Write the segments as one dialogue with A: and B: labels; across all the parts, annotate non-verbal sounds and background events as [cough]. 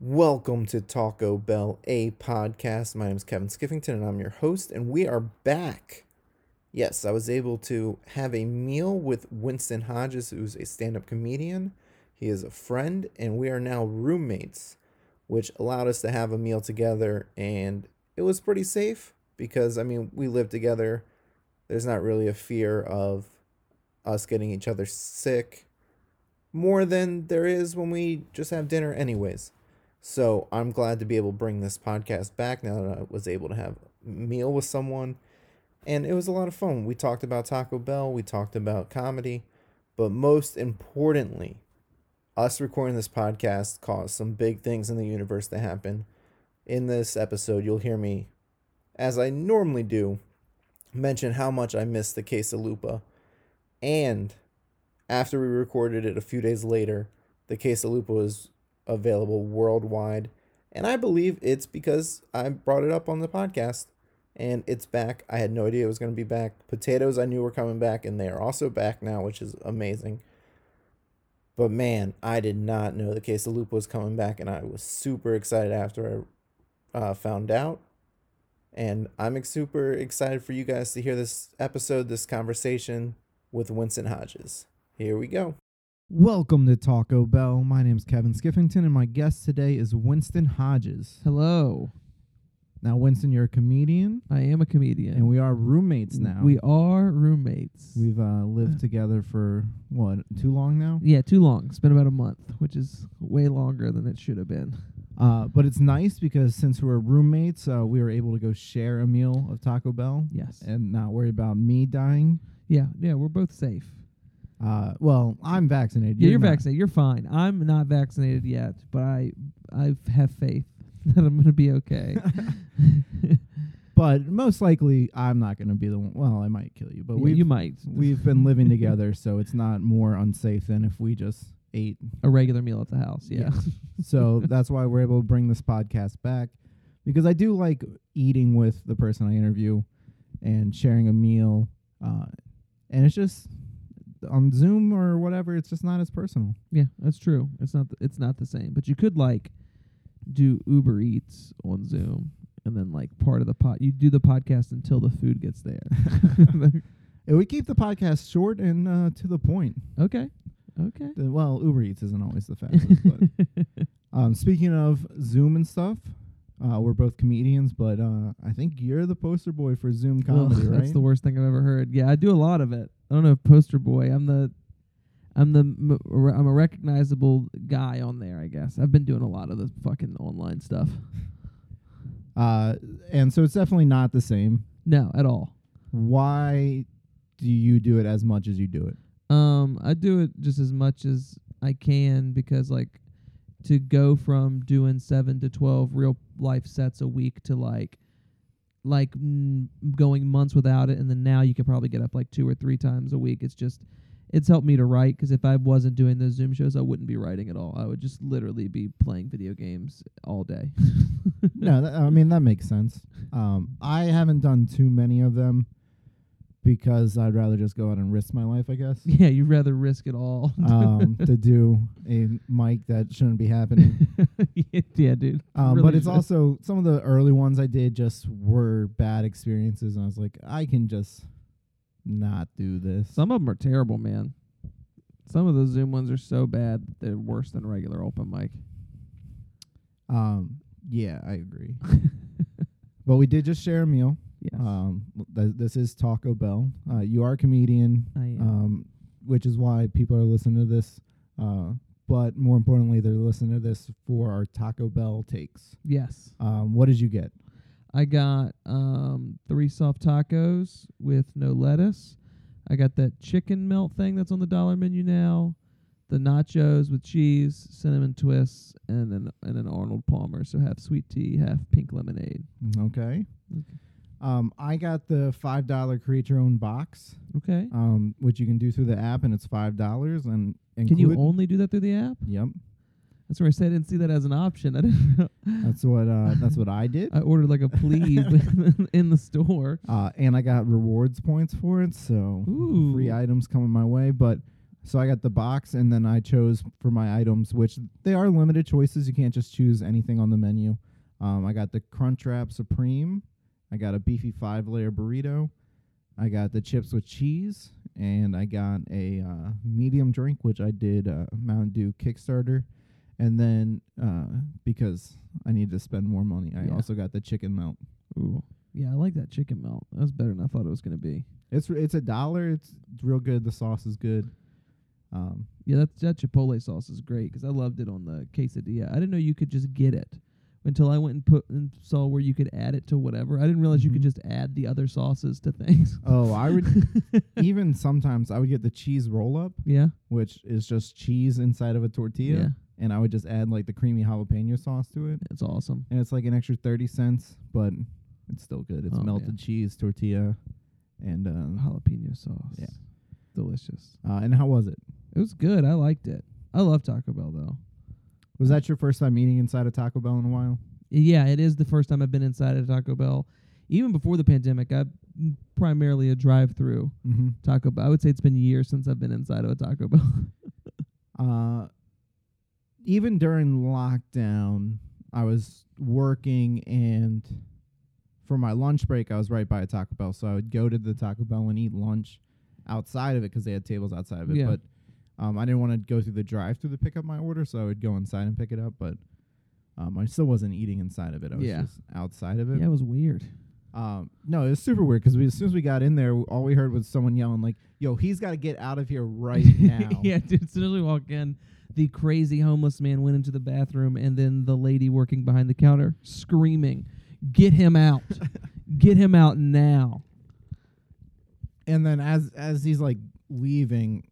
A: Welcome to Taco Bell, a podcast. My name is Kevin Skiffington, and I'm your host, and we are back. Yes, I was able to have a meal with Winston Hodges, who's a stand up comedian. He is a friend, and we are now roommates, which allowed us to have a meal together, and it was pretty safe because, I mean, we live together. There's not really a fear of us getting each other sick more than there is when we just have dinner, anyways. So I'm glad to be able to bring this podcast back now that I was able to have a meal with someone. And it was a lot of fun. We talked about Taco Bell, we talked about comedy, but most importantly, us recording this podcast caused some big things in the universe to happen. In this episode, you'll hear me, as I normally do, mention how much I missed the quesalupa. And after we recorded it a few days later, the quesalupa was available worldwide. And I believe it's because I brought it up on the podcast and it's back. I had no idea it was going to be back. Potatoes I knew were coming back and they are also back now, which is amazing. But man, I did not know the quesalupa was coming back and I was super excited after I uh, found out. And I'm ex- super excited for you guys to hear this episode, this conversation with Winston Hodges. Here we go. Welcome to Taco Bell. My name's Kevin Skiffington, and my guest today is Winston Hodges.
B: Hello.
A: Now, Winston, you're a comedian,
B: I am a comedian.
A: and we are roommates now.
B: We are roommates.
A: we've uh, lived together for what too long now.
B: yeah, too long. It's been about a month, which is way longer than it should have been.
A: Uh, but it's nice because since we're roommates, uh, we were able to go share a meal of Taco Bell
B: Yes.
A: and not worry about me dying.
B: yeah, yeah, we're both safe.
A: Uh, well, I'm vaccinated.
B: Yeah, you're,
A: not.
B: vaccinated. You're fine. I'm not vaccinated yet, but I I have faith [laughs] that I'm going to be okay.
A: but most likely I'm not going to be the one. Well, I might kill you, [laughs] but
B: Yeah,
A: we've
B: you might.
A: [laughs] we've been living together, so it's not more unsafe than if we just ate
B: a regular meal at the house. Yeah. [laughs]
A: So that's why we're able to bring this podcast back because I do like eating with the person I interview and sharing a meal. Uh, and it's just on Zoom or whatever, it's just not as personal.
B: Yeah, that's true. It's not th- it's not the same, but you could like do Uber Eats on Zoom and then like part of the pot you do the podcast until the food gets there.
A: And we keep the podcast short and uh, to the point.
B: okay. Okay. [laughs]
A: The- Well, Uber Eats isn't always the fastest. [laughs] but um, speaking of Zoom and stuff, uh, we're both comedians, but uh, I think you're the poster boy for Zoom
B: Ugh,
A: comedy, right?
B: [laughs] That's the worst thing I've ever heard. Yeah, I do a lot of it. I don't know, poster boy. I'm the, I'm the, m- re- I'm a recognizable guy on there. I guess I've been doing a lot of the fucking online stuff.
A: uh, and so it's definitely not the same.
B: No, at all.
A: why do you do it as much as you do it?
B: Um, I do it just as much as I can because like to go from doing seven to twelve real life sets a week to like like mm, going months without it and then now you can probably get up like two or three times a week it's just it's helped me to write because if i wasn't doing those zoom shows i wouldn't be writing at all i would just literally be playing video games all day [laughs]
A: no, that, I mean that makes sense. Um, I haven't done too many of them because I'd rather just go out and risk my life, I
B: [laughs]
A: guess,
B: yeah you'd rather risk it all
A: um, to do a mic that shouldn't be happening.
B: [laughs] yeah dude
A: Um,
B: Really
A: but it's
B: should.
A: also some of the early ones I did just were bad experiences, and I was like, I can just not do this.
B: Some of them are terrible, man. Some of those Zoom ones are so bad that they're worse than regular open mic. [laughs]
A: Um, yeah, I agree. but we did just share a meal.
B: Yes,
C: Uh,
A: Um, th- this is Taco Bell. Uh, you are a comedian,
B: I am.
C: uh,
A: um, which is why people are listening to this. Uh, but more importantly, they're listening to this for our Taco Bell takes.
B: yes,
A: Um, what did you get?
B: I got um three soft tacos with no lettuce. I got that chicken melt thing that's on the dollar menu now. The nachos with cheese, cinnamon twists, and an and an Arnold Palmer. So half sweet tea, half pink lemonade.
A: Mm, Okay.
B: Okay.
A: Um, I got the five dollar create your own box,
C: Uh,
B: Okay.
A: um, which you can do through the app, and it's five dollars. And
B: Can you
A: include-
B: only do that through the app?
A: Yep,
B: That's where I said I didn't see that as an option. I didn't. [laughs] know.
A: that's what uh, that's what I
B: [laughs]
A: did.
B: I ordered like a [laughs] plebe in the store.
A: Uh, and I got rewards points for it, so
B: Ooh.
A: free items coming my way. But
C: So I got the box, and then I chose for my items, which they are limited choices. You can't just choose anything on the menu. Um, I got the Crunchwrap Supreme. I got a beefy five layer burrito. I got the chips with cheese, and I got a uh, medium drink, which I did uh, Mountain Dew Kickstarter. And then uh, because I need to spend more money, I
B: Yeah.
C: also got the chicken melt.
B: Ooh. Yeah, I like that chicken melt. That was better than I thought it was gonna be.
C: It's it's a dollar. It's it's real good. The sauce is good. Um,
B: Yeah, that that chipotle sauce is great 'cause I loved it on the quesadilla. I didn't know you could just get it until I went and put and saw where you could add it to whatever. I didn't realize you
C: Mhm.
B: could just add the other sauces to things.
C: oh, I would even sometimes I would get the cheese roll up,
B: [laughs] yeah,
C: which is just cheese inside of a tortilla,
B: Yeah.
C: and I would just add like the creamy jalapeno sauce to it,
B: it's awesome.
C: and it's like an extra thirty cents, but it's still good. It's
B: Oh,
C: melted
B: yeah.
C: cheese tortilla, and um,
B: Jalapeno sauce.
C: Yeah.
B: delicious.
C: uh, and how was it?
B: It was good. I liked it. I love Taco Bell though. Uh,
C: Was that your first time eating inside a Taco Bell in a while?
B: Yeah, it is the first time I've been inside a Taco Bell. Even before the pandemic, I've m- primarily a drive-through
C: Mm-hmm.
B: Taco Bell. I would say it's been years since I've been inside of a Taco Bell.
C: uh, even during lockdown, I was working and for my lunch break, I was right by a Taco Bell. So I would go to the Taco Bell and eat lunch outside of it because they had tables outside of it.
B: Yeah.
C: But um, I didn't want to go through the drive through to pick up my order. So I would go inside and pick it up. But um, I still wasn't eating inside of it. I was
B: Yeah.
C: just outside of it.
B: yeah, it was weird.
C: Um, no, it was super weird because we, as soon as we got in there, all we heard was someone yelling, like, yo, he's got to get out of here right now.
B: [laughs] yeah, dude. As soon as we walk in, the crazy homeless man went into the bathroom, and then the lady working behind the counter screaming, "Get him out! Get him out now!"
C: and then as as he's like leaving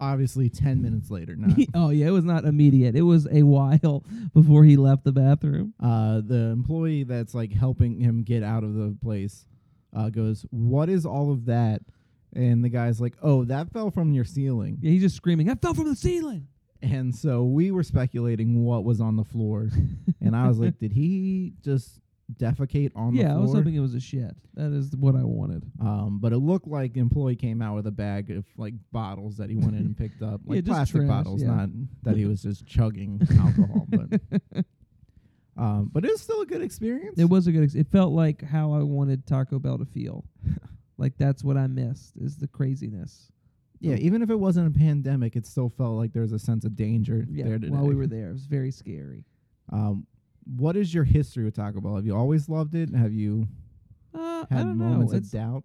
C: obviously 10 minutes later
B: [laughs]
C: not
B: oh yeah, it was not immediate. It was a while [laughs] before he left the bathroom.
C: uh the employee that's like helping him get out of the place uh goes what is all of that and the guy's like oh that fell from your ceiling
B: Yeah, he's just screaming, "I fell from the ceiling!"
C: and so we were speculating what was on
B: [laughs]
C: the floor and i was like did he just defecate on the
B: yeah,
C: floor
B: I was hoping it was a shit. That is what I wanted.
C: um but it looked like the employee came out with a bag of like bottles that he went
B: [laughs]
C: in and picked up
B: Yeah,
C: like
B: just
C: plastic
B: trash,
C: bottles
B: yeah.
C: not
B: [laughs]
C: that he was just chugging [laughs] alcohol but Um, but it was still a good experience.
B: It was a good. Ex- it felt like how I wanted Taco Bell to
C: [laughs]
B: feel. like that's what I missed is the craziness.
C: yeah, even if it wasn't a pandemic, it still felt like there was a sense of danger
B: Yeah,
C: there today.
B: while we were there, it was very scary.
C: Um, what is your history with Taco Bell? Have you always loved it? Have you
B: Uh, I
C: had
B: don't
C: moments
B: know.
C: of
B: It's-
C: doubt?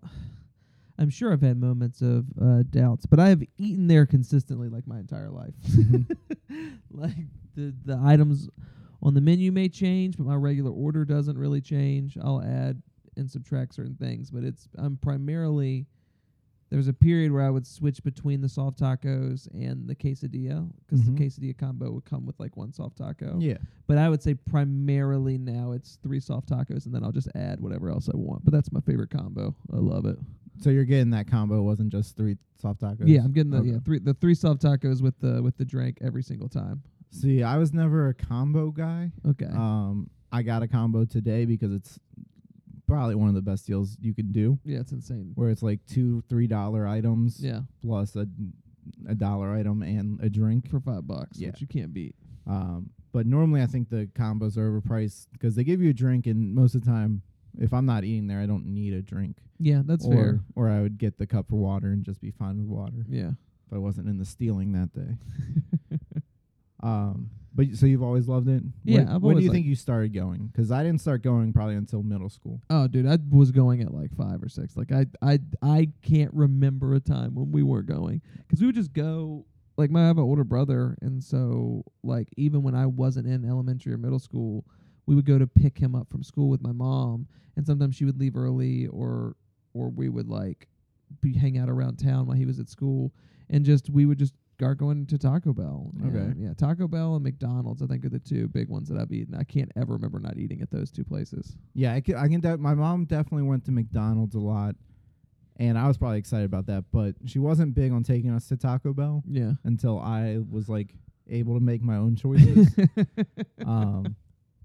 B: I'm sure I've had moments of uh, doubts, but I have eaten there consistently like my entire life. [laughs] like the the items on the menu may change, but my regular order doesn't really change. I'll add and subtract certain things, but it's I'm primarily there was a period where I would switch between the soft tacos and the quesadilla because
C: Mhm.
B: the quesadilla combo would come with like one soft taco.
C: Yeah.
B: But I would say primarily now it's three soft tacos and then I'll just add whatever else I want. But that's my favorite combo. I love it.
C: So you're getting that combo. It wasn't just three soft tacos.
B: Yeah, I'm getting the
C: Okay.
B: yeah three the three soft tacos with the with the drink every single time.
C: See, I was never a combo guy.
B: Okay.
C: Um, I got a combo today because it's probably one of the best deals you can do,
B: yeah, it's insane.
C: where it's like two, three dollar items
B: Yeah,
C: plus a a dollar item and a drink.
B: for five bucks,
C: Yeah.
B: which you can't beat.
C: Um, but normally, I think the combos are overpriced because they give you a drink, and most of the time, if I'm not eating there, I don't need a drink.
B: Yeah, that's
C: or,
B: fair.
C: Or I would get the cup for water and just be fine with water
B: Yeah.
C: if I wasn't in the stealing that day.
B: [laughs]
C: um, but y- so you've always loved it.
B: Yeah,
C: When,
B: I've
C: when do
B: always
C: you think you started going? Because I didn't start going probably until middle school.
B: Oh, dude, I was going at like five or six. Like I I I can't remember a time when we weren't going. 'Cause we would just go. Like my I have an older brother, and so like even when I wasn't in elementary or middle school, we would go to pick him up from school with my mom, and sometimes she would leave early, or or we would like be hang out around town while he was at school, and just we would just start going to Taco Bell.
C: Okay.
B: And, yeah, Taco Bell and McDonald's I think are the two big ones that I've eaten. I can't ever remember not eating at those two places.
C: Yeah, I can. I can. De- my mom definitely went to McDonald's a lot, and I was probably excited about that. But she wasn't big on taking us to Taco Bell.
B: Yeah.
C: until I was like able to make my own [laughs] choices. um,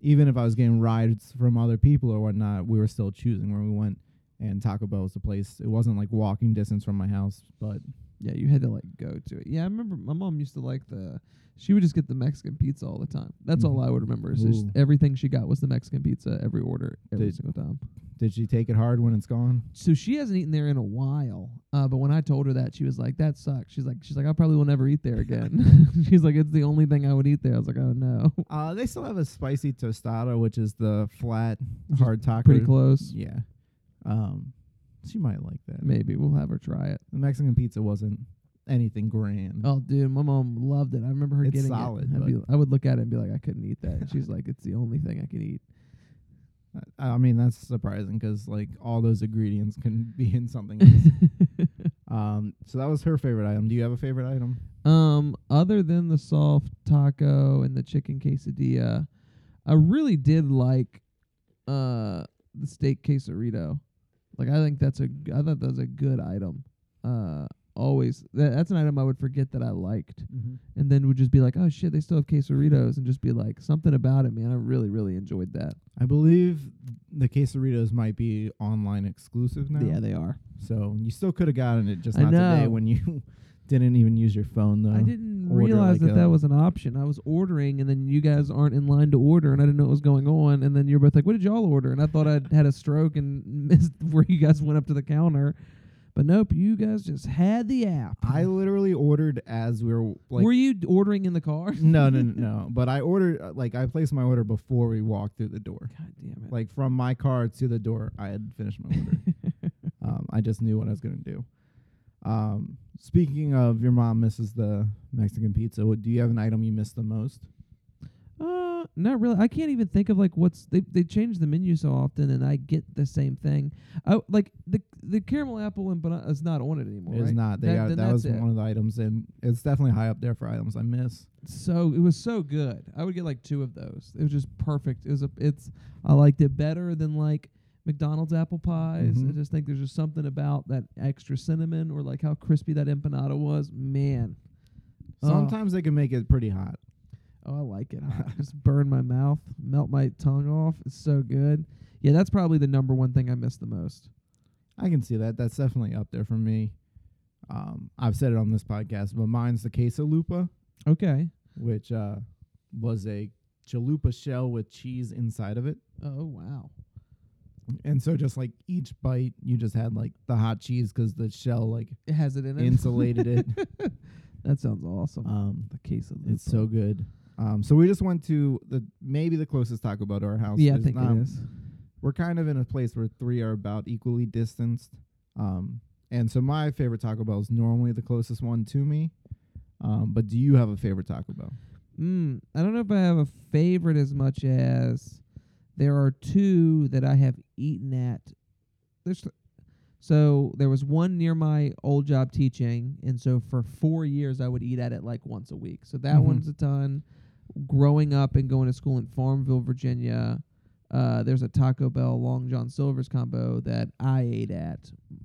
C: even if I was getting rides from other people or whatnot, we were still choosing where we went. And Taco Bell was the place. It wasn't like walking distance from my house, but
B: Yeah, you had to like go to it. Yeah, I remember my mom used to like the. She would just get the Mexican pizza all the time. That's all I would remember. Is just
C: Mm-hmm. Ooh.
B: everything she got was the Mexican pizza every order every
C: Did-
B: single time.
C: Did she take it hard when it's gone?
B: So she hasn't eaten there in a while. Uh, but when I told her that, she was like, "That sucks." She's like, "She's like, I probably will never eat there again." [laughs] she's like, "It's the only thing I would eat there." I was like, "Oh no,
C: [laughs] Uh, they still have a spicy tostada, which is the flat hard taco.
B: pretty close."
C: Yeah. Um, she might like that.
B: Maybe we'll have her try it.
C: The Mexican pizza wasn't anything grand.
B: Oh, dude, my mom loved it. I remember her
C: It's
B: getting
C: solid,
B: it. I'd
C: but-
B: be, I would look at it and be like, "I couldn't eat
C: [laughs]
B: that." She's like, "It's the only thing I can eat."
C: I I mean, that's surprising 'cause like all those ingredients can [laughs] be in something. else. [laughs] um, so that was her favorite item. Do you have a favorite item?
B: Um, other than the soft taco and the chicken quesadilla, I really did like uh the steak quesarito. Like I think that's a g- I thought that was a good item. Uh, always that, that's an item I would forget that I liked, and then would just be like, oh shit, they still have quesaritos, and just be like something about it, man. I really really enjoyed that.
C: I believe the quesadillas might be online exclusive now.
B: Yeah, they are.
C: So you still could have gotten it, just
B: I
C: not today
B: know.
C: when you [laughs] didn't even use your phone though.
B: I didn't
C: order
B: realize
C: like
B: that that
C: a-
B: was an option. I was ordering, and then you guys aren't in line to order, and I didn't know what was going on. And then you're both like, "What did y'all order?" And I thought I'd had a stroke and [laughs] missed where you guys went up to the counter, but nope, you guys just had the app.
C: I literally ordered as we were like.
B: were you d- ordering in the car? [laughs]
C: no, no, no, no. But I ordered uh, like I placed my order before we walked through the door.
B: God damn it! [laughs]
C: Like from my car to the door, I had finished my order. um, I just knew what I was gonna do. Um, speaking of your mom misses the Mexican pizza, what, do you have an item you miss the most?
B: Uh, not really. I can't even think of like what's they they change the menu so often, and I get the same thing. I like the the caramel apple and banana is not on it anymore.
C: It's
B: right?
C: not. They
B: That-
C: got-
B: then
C: that
B: that's
C: was
B: it.
C: one of the items, and it's definitely high up there for items I miss.
B: so it was so good. I would get like two of those. It was just perfect. It was a it's I liked it better than like McDonald's apple pies. I
C: Mhm.
B: just think there's just something about that extra cinnamon or like how crispy that empanada was. Man. Oh.
C: Sometimes they can make it pretty hot.
B: Oh, I like it. hot. just burn my mouth, melt my tongue off. It's so good. Yeah, that's probably the number one thing I miss the most.
C: I can see that. That's definitely up there for me. Um, I've said it on this podcast, but mine's the quesalupa,
B: Okay.
C: which uh, was a chalupa shell with cheese inside of it.
B: Oh wow.
C: And so, just like each bite, you just had like the hot cheese 'cause the shell like
B: It has it in [laughs] it.
C: insulated it.
B: that sounds awesome.
C: Um,
B: the queso.
C: it's so good. Um, so we just went to the maybe the closest Taco Bell to our house.
B: Yeah, I
C: There's
B: think
C: not-
B: it is.
C: We're kind of in a place where three are about equally distanced. Um, and so my favorite Taco Bell is normally the closest one to me. Um, but do you have a favorite Taco Bell?
B: Mm, I don't know if I have a favorite as much as there are two that I have eaten at. There's th- so there was one near my old job teaching, and so for four years I would eat at it like once a week. So that
C: Mhm.
B: one's a ton. Growing up and going to school in Farmville, Virginia, uh, there's a Taco Bell Long John Silver's combo that I ate at.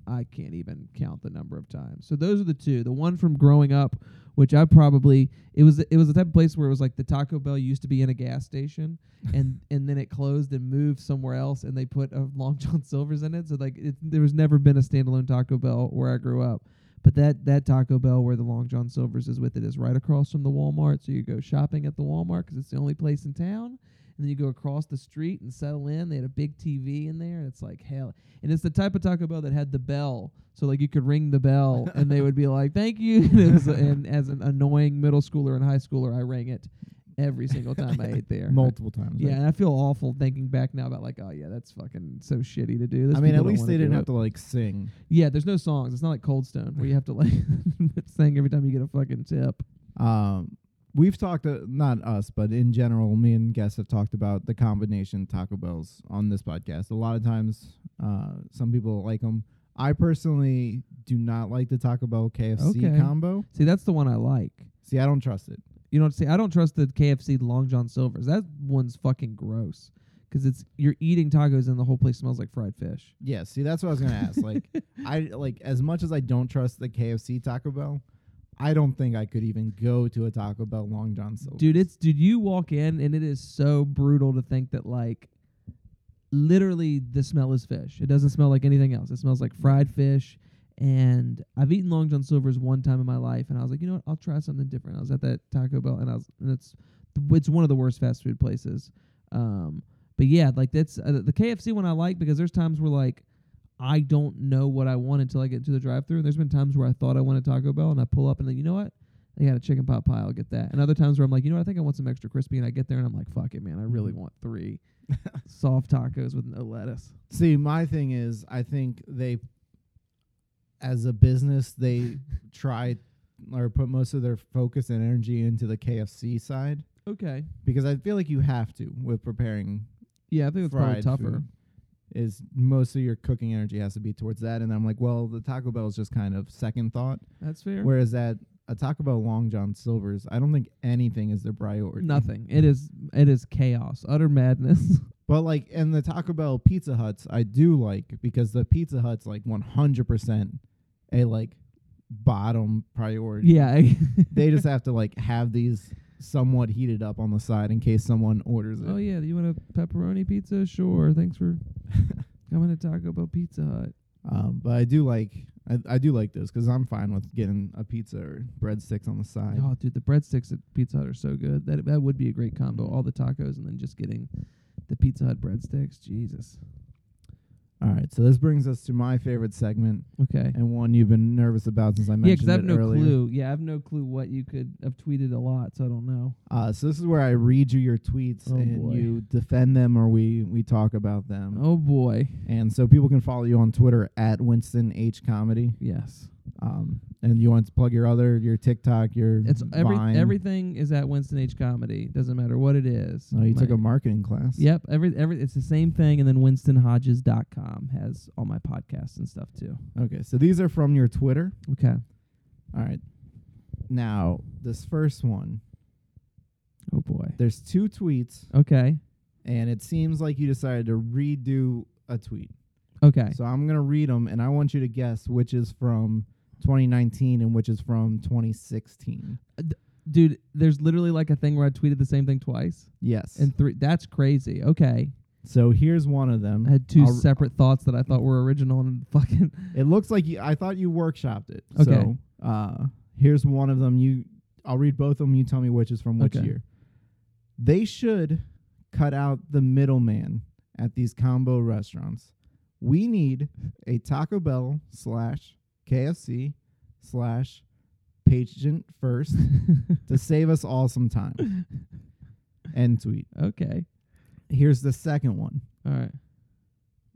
B: I can't even count the number of times. So those are the two. The one from growing up, which I probably it was it was the type of place where it was like the Taco Bell used to be in a gas station, and and then it closed and moved somewhere else, and they put a Long John Silver's in it. So like it, there was never been a standalone Taco Bell where I grew up. But that that Taco Bell where the Long John Silver's is with it is right across from the Walmart. So you go shopping at the Walmart 'cause it's the only place in town. And then you go across the street and settle in. They had a big TV in there, and it's like hell. And it's the type of Taco Bell that had the bell, so like you could ring the bell, and they would be like, "Thank you." [laughs] And, it was, and as an annoying middle schooler and high schooler, I rang it every single time I ate there.
C: [laughs] Multiple times.
B: Yeah, and I feel awful thinking back now about like, oh yeah, that's fucking so shitty to do. Those
C: I mean,
B: people
C: at
B: don't
C: least
B: wanna
C: they
B: do
C: didn't
B: it.
C: have to like sing.
B: Yeah, there's no songs. It's not like Cold Stone where you have to like [laughs] sing every time you get a fucking tip.
C: Um, we've talked, uh, not us, but in general, me and guests have talked about the combination Taco Bells on this podcast. A lot of times, uh, some people like 'em. I personally do not like the Taco Bell KFC
B: Okay.
C: combo.
B: See, that's the one I like.
C: See, I don't trust it.
B: You know what I'm saying? I don't trust the KFC Long John Silver's. That one's fucking gross. 'Cause it's you're eating tacos and the whole place smells like fried fish.
C: Yeah, see, that's what I was gonna ask. Like,
B: [laughs]
C: I like as much as I don't trust the KFC Taco Bell, I don't think I could even go to a Taco Bell Long John Silver.
B: Dude, it's dude, you walk in and it is so brutal to think that like literally the smell is fish. It doesn't smell like anything else. It smells like fried fish And I've eaten Long John Silver's one time in my life, and I was like, you know what? I'll try something different. I was at that Taco Bell, and I was, and it's, it's one of the worst fast food places. Um, but yeah, like that's uh, the KFC one I like because there's times where like I don't know what I want until I get into the drive-through, and there's been times where I thought I wanted Taco Bell, and I pull up and then you know what? I got a chicken pot pie. I'll get that. And other times where I'm like, you know what? I think I want some extra crispy, and I get there and I'm like, fuck it, man. I really
C: Mm-hmm.
B: want
C: [laughs]
B: three soft tacos with no lettuce.
C: See, my thing is, I think they, as a business,
B: [laughs]
C: they try or put most of their focus and energy into the KFC side
B: Okay.
C: because I feel like you have to with preparing
B: Yeah, I think it's probably
C: fried
B: tougher.
C: food, Is most of your cooking energy has to be towards that, and I'm like, well, the Taco Bell is just kind of second thought.
B: That's fair.
C: Whereas that a Taco Bell Long John Silver's, I don't think anything is their priority.
B: Nothing. It is it is chaos, utter madness. [laughs]
C: But like, and the Taco Bell Pizza Huts, I do like because the Pizza Hut's like 100% a like bottom priority.
B: yeah. I-
C: They
B: [laughs]
C: just have to like have these somewhat heated up on the side in case someone orders it.
B: oh yeah, you want a pepperoni pizza? Sure. Thanks
C: [laughs]
B: for coming to Taco Bell Pizza Hut.
C: Um, but I do like I, I do like those because I'm fine with getting a pizza or breadsticks on the side.
B: Oh, dude, the breadsticks at Pizza Hut are so good. That that would be a great combo.
C: Mm-hmm.
B: All the tacos and then just getting the Pizza Hut breadsticks. Jesus.
C: All right, so this brings us to my favorite segment
B: Okay.
C: and one you've been nervous about since I
B: Yeah,
C: mentioned
B: because I have
C: it
B: no
C: earlier.
B: clue. Yeah, I have no clue what you could have tweeted a lot, so I don't know.
C: Uh, so this is where I read you your tweets
B: Oh,
C: and
B: boy.
C: you defend them or we we talk about them.
B: Oh boy.
C: And so people can follow you on Twitter at Winston H Comedy.
B: Yes.
C: Um, and you want to plug your other your TikTok, your
B: It's every
C: Vine.
B: everything is at Winston H Comedy. Doesn't matter what it is.
C: Oh, you took
B: My-
C: a marketing class.
B: Yep, every every it's the same thing, and then WinstonHodges.com has all my podcasts and stuff too.
C: Okay, so these are from your Twitter.
B: Okay.
C: All right. Now this first one,
B: Oh boy.
C: there's two tweets,
B: Okay.
C: and it seems like you decided to redo a tweet.
B: Okay.
C: So I'm gonna read them, and I want you to guess which is from 2019 and which is from 2016.
B: Dude, there's literally like a thing where I tweeted the same thing twice
C: Yes.
B: and three. That's crazy. Okay.
C: so here's one of them.
B: I had 2
C: I'll-
B: separate thoughts that I thought were original and [laughs] fucking.
C: It looks like you, I thought you workshopped it.
B: Okay.
C: So uh, here's one of them. You, I'll read both of them. You tell me which is from which
B: Okay.
C: year. They should cut out the middleman at these combo restaurants. We need a Taco Bell slash KFC slash patient
B: [laughs]
C: first to save us all some time. End tweet.
B: okay.
C: Here's the second one.
B: All right.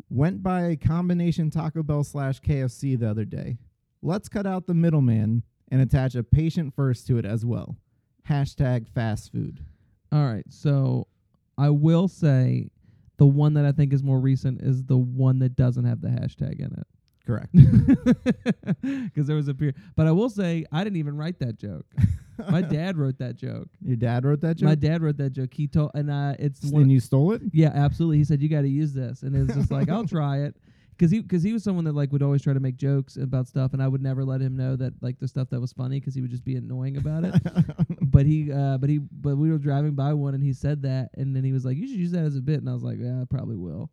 C: Went by a combination Taco Bell slash KFC the other day. Let's cut out the middleman and attach a patient first to it as well. Hashtag fast food.
B: All right. So I will say the one that I think is more recent is the one that doesn't have the hashtag in it. [laughs]
C: Correct.
B: Because there was a period. But I will say, I didn't even write that
C: [laughs]
B: joke. My dad wrote that joke.
C: Your dad wrote that joke?
B: My dad wrote that joke. He told, and uh, it's one.
C: and you stole it?
B: yeah, absolutely. He said you got to use this, and it's just like I'll try it. Cause he, cause he was someone that like would always try to make jokes about stuff, and I would never let him know that like the stuff that was funny, cause he would just be annoying about it. but he, uh, but he, but we were driving by one, and he said that, and then he was like, "You should use that as a bit," and I was like, "Yeah, I probably will."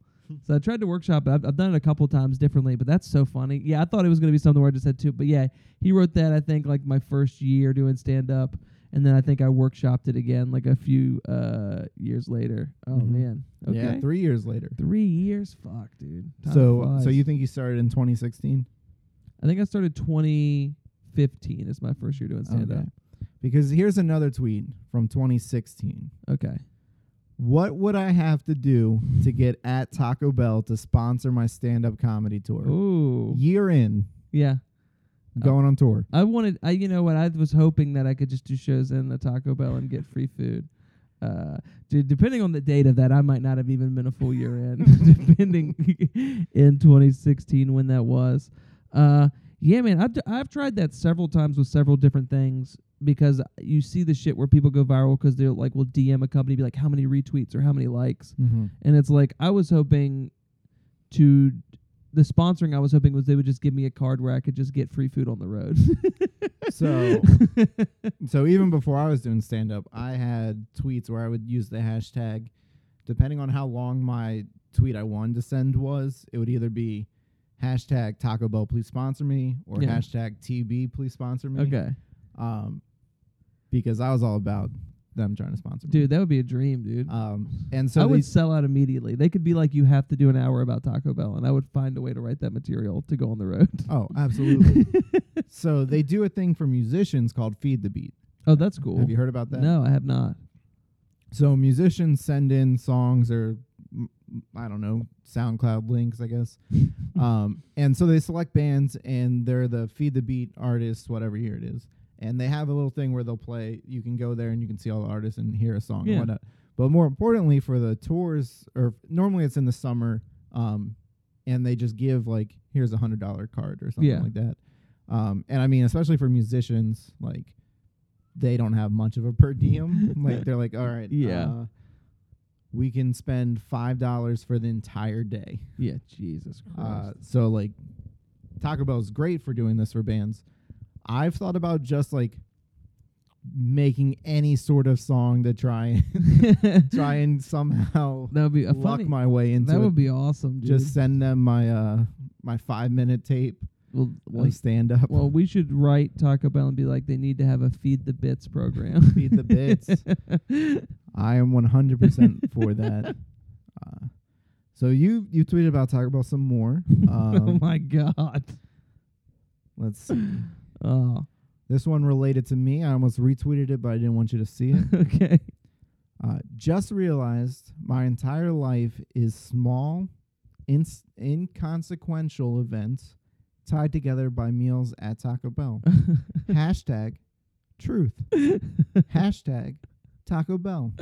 B: so I tried to workshop it. I've, I've done it a couple times differently, but that's so funny. Yeah, I thought it was gonna be something where I just had two, but yeah, he wrote that I think like my first year doing stand up, and then I think I workshopped it again like a few uh years later. Oh
C: Mhm.
B: man, okay.
C: Yeah, three years later.
B: Three years, fuck, dude. Time
C: So uh,
B: flies.
C: so you think you started in 2016?
B: I think I started 2015 is my first year doing stand up.
C: Because here's another tweet from 2016.
B: Okay.
C: What would I have to do to get at Taco Bell to sponsor my stand up comedy tour?
B: Ooh.
C: Year in,
B: Yeah.
C: going on tour.
B: I wanted. I you know what? I was hoping that I could just do shows in the Taco Bell and get free food. Uh, dude, depending on the date of that, I might not have even been a full year in, [laughs] depending in 2016 when that was. Uh, yeah, man, I've, d- I've tried that several times with several different things because you see the shit where people go viral because they're like, will DM a company be like, how many retweets or how many likes?
C: Mm-hmm.
B: And it's like I was hoping to the sponsoring I was hoping was they would just give me a card where I could just get free food on the road. [laughs]
C: So, so even before I was doing stand up, I had tweets where I would use the hashtag. Depending on how long my tweet I wanted to send was, it would either be hashtag Taco Bell please sponsor me or
B: Yeah.
C: hashtag TB please sponsor me.
B: Okay.
C: Um, because I was all about them trying to sponsor me.
B: Dude, that would be a dream, dude.
C: Um, and
B: I
C: so
B: would
C: these,
B: sell out immediately. They could be like, you have to do an hour about Taco Bell, and I would find a way to write that material to go on the road. [laughs]
C: oh, absolutely. so they do a thing for musicians called Feed the Beat.
B: oh, that's cool.
C: Have you heard about that?
B: No, I have not.
C: So musicians send in songs or mm, I don't know SoundCloud links,
B: [laughs]
C: I guess. um, and so they select bands, and they're the feed the beat artists, whatever year it is. And they have a little thing where they'll play. You can go there and you can see all the artists and hear a song
B: Yeah.
C: and whatnot. But more importantly, for the tours, or normally it's in the summer, um, and they just give like here's a hundred dollar card or something
B: Yeah.
C: like that. Um, and I mean, especially for musicians, like they don't have much of a
B: [laughs]
C: per diem. like they're like, all right,
B: Yeah.
C: uh, we can spend five dollars for the entire day.
B: Yeah, Jesus
C: Uh,
B: Christ.
C: so like, Taco Bell's great for doing this for bands. I've thought about just like making any sort of song to try and
B: [laughs]
C: try and somehow
B: that would be a
C: luck
B: uh, funny.
C: my way into
B: That
C: it.
B: would be awesome, dude.
C: just send them my uh my five minute tape
B: well,
C: of
B: like,
C: stand up.
B: well, we should write Taco Bell and be like, they need to have a feed the bits
C: [laughs]
B: program. [laughs]
C: Feed the bits. I am 100% for that. Uh, so you you tweeted about Taco Bell some more.
B: [laughs] oh
C: Um,
B: my god.
C: let's see.
B: Oh, [laughs]
C: This one related to me. I almost retweeted it, but I didn't want you to see it.
B: okay.
C: Uh, just realized my entire life is small, ins- inconsequential events tied together by meals at Taco Bell. Hashtag truth. Hashtag Taco Bell.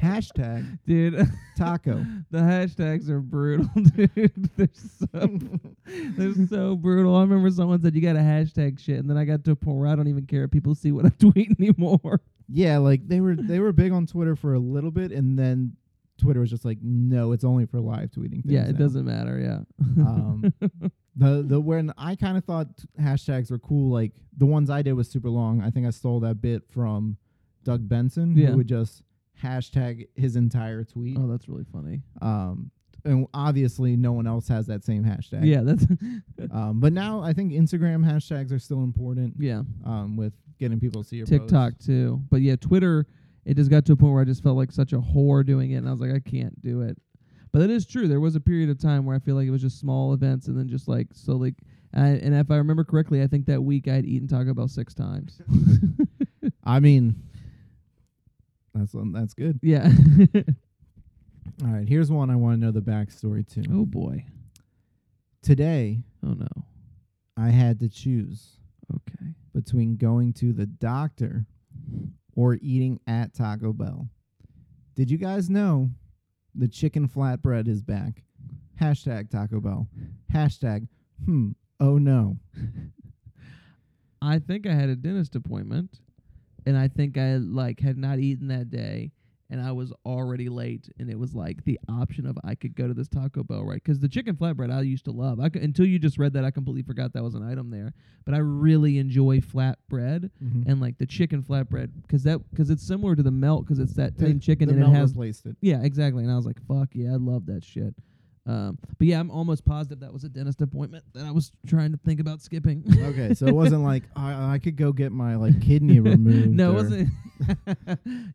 C: Hashtag
B: Dude, [laughs]
C: taco.
B: the hashtags are brutal, [laughs] dude. They're so [laughs] they're so brutal. I remember someone said you got to hashtag shit, and then I got to a point where I don't even care if people see [laughs] what I tweet anymore.
C: Yeah, like they were they were big on Twitter for a little bit, and then Twitter was just like, no, it's only for live tweeting. Things
B: yeah, it
C: now."
B: doesn't [laughs] matter. Yeah.
C: Um, the the when I kind of thought t- hashtags were cool, like the ones I did was super long. I think I stole that bit from Doug Benson,
B: Yeah.
C: who would just hashtag his entire tweet.
B: Oh, that's really funny.
C: Um, and obviously, no one else has that same hashtag.
B: Yeah, that's [laughs]
C: Um, but now I think Instagram hashtags are still important.
B: yeah.
C: Um, with getting people to see your posts.
B: TikTok too. But yeah, Twitter, it just got to a point where I just felt like such a whore doing it and I was like, I can't do it. But that is true. There was a period of time where I feel like it was just small events and then just like so like I, and if I remember correctly, I think that week I had eaten Taco Bell six times. [laughs]
C: I mean, that's that's good.
B: yeah.
C: All right, here's one I want to know the backstory to.
B: oh boy.
C: Today,
B: Oh no.
C: I had to choose
B: Okay.
C: between going to the doctor or eating at Taco Bell. Did you guys know the chicken flatbread is back? Hashtag Taco Bell. Hashtag, hmm, oh no.
B: I think I had a dentist appointment and I think I like had not eaten that day and I was already late and it was like the option of I could go to this Taco Bell right cuz the chicken flatbread I used to love. I c- until you just read that I completely forgot that was an item there. But I really enjoy flatbread and like the chicken flatbread cuz that cuz it's similar to the melt cuz it's that
C: The-
B: same chicken
C: the
B: and it
C: Mel
B: has
C: replaced it.
B: yeah, exactly. And I was like, fuck yeah, I love that shit. Um, but yeah, I'm almost positive that was a dentist appointment that I was trying to think about skipping.
C: Okay, so it wasn't like [laughs] I, I could go get my like kidney
B: [laughs]
C: removed.
B: No,
C: or-
B: it wasn't.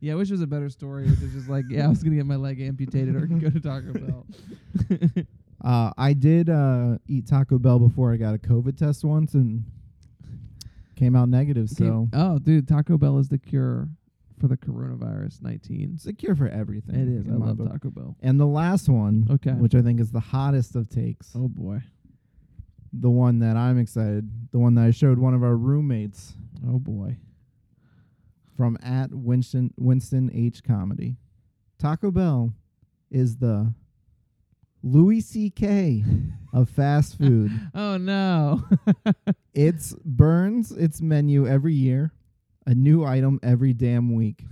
B: [laughs] yeah, I wish it was a better story. Which is just like, yeah, I was gonna get my leg amputated or go to Taco Bell.
C: Uh, I did uh, eat Taco Bell before I got a COVID test once and came out negative. [laughs] So
B: oh, dude, Taco Bell is the cure for the coronavirus nineteen.
C: it's a cure for
B: It
C: everything.
B: is.
C: in
B: I
C: my
B: love
C: book.
B: Taco Bell.
C: And the last one,
B: Okay.
C: which I think is the hottest of takes,
B: Oh boy.
C: the one that I'm excited, the one that I showed one of our roommates
B: Oh boy.
C: from at Winston Winston H Comedy. Taco Bell is the Louis C.K.
B: [laughs]
C: of fast food.
B: Oh no. [laughs]
C: It's burns its menu every year, a new item every damn week.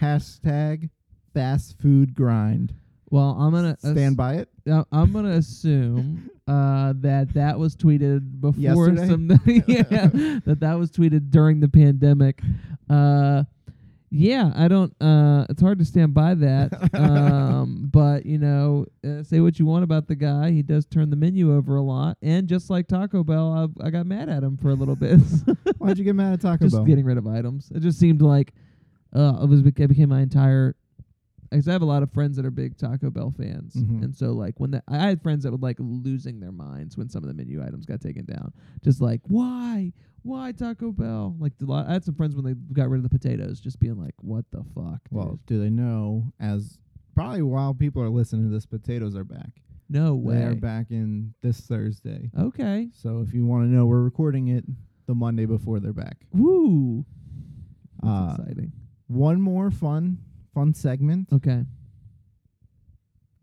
C: Hashtag fast food grind.
B: well, I'm gonna uh, ass-
C: Stand
B: [laughs]
C: by it.
B: I- I'm gonna assume uh, that that was tweeted before
C: Yesterday?
B: some [laughs] yeah, that that was tweeted during the pandemic. Uh, yeah, I don't. Uh, it's hard to stand by that, um, but you know, uh, say what you want about the guy. He does turn the menu over a lot, and just like Taco Bell, I, I got mad at him for a little bit.
C: Why'd you
B: [laughs]
C: get mad at Taco
B: just
C: Bell?
B: getting rid of items. It just seemed like uh, it was it became my entire. Because I have a lot of friends that are big Taco Bell fans,
C: Mhm.
B: and so like when the, I had friends that would like losing their minds when some of the menu items got taken down, just like why, why Taco Bell? Like the lot, I had some friends when they got rid of the potatoes, just being like, what the fuck? Dude?
C: Well, do they know as probably while people are listening to this, potatoes are back.
B: no way.
C: They're back in this Thursday.
B: Okay.
C: So if you want to know, we're recording it the Monday before they're back.
B: Woo. That's
C: Uh,
B: exciting.
C: One more fun fun segment.
B: Okay.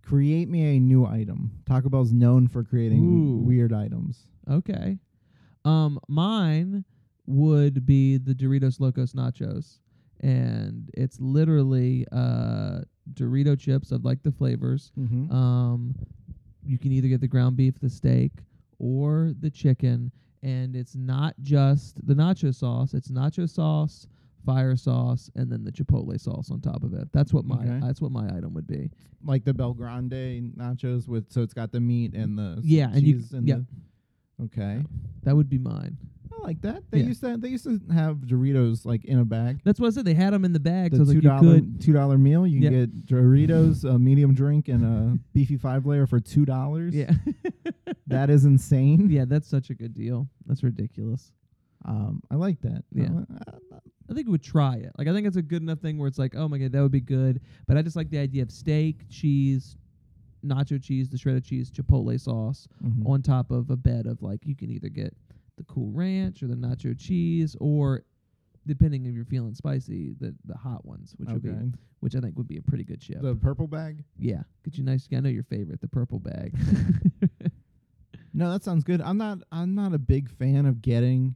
C: Create me a new item. Taco Bell's known for creating
B: Ooh.
C: weird items.
B: Okay. Um, mine would be the Doritos Locos Nachos, and it's literally uh Dorito chips of like the flavors.
C: Mm-hmm.
B: Um, you can either get the ground beef, the steak, or the chicken, and it's not just the nacho sauce. It's nacho sauce, fire sauce, and then the chipotle sauce on top of it. That's what my
C: Okay.
B: that's what my item would be.
C: like the Belgrande nachos with so it's got the meat and the s-
B: Yeah, and you-
C: cheese and
B: yeah.
C: the, okay.
B: That would be mine.
C: I like that. They
B: Yeah.
C: used to they used to have Doritos like in a bag.
B: That's what I said. They had 'em in the bag,
C: the
B: so like
C: two
B: you
C: dollar
B: could.
C: two dollar meal. You can
B: Yeah.
C: get Doritos, a medium drink, and
B: [laughs]
C: a beefy five layer for two dollars.
B: Yeah. [laughs]
C: that is insane.
B: Yeah, that's such a good deal. That's ridiculous.
C: Um, I like that.
B: Yeah.
C: Uh, uh,
B: I think we would try it. Like, I think it's a good enough thing where it's like, oh my god, that would be good. But I just like the idea of steak, cheese, nacho cheese, the shredded cheese, chipotle sauce
C: mhm.
B: on top of a bed of like you can either get the cool ranch or the nacho cheese, or depending if you're feeling spicy, the the hot ones, which would be
C: Okay.
B: which I think would be a pretty good chip.
C: the purple bag.
B: yeah, get you nice. I know your favorite, the purple bag.
C: No, that sounds good. I'm not. I'm not a big fan of getting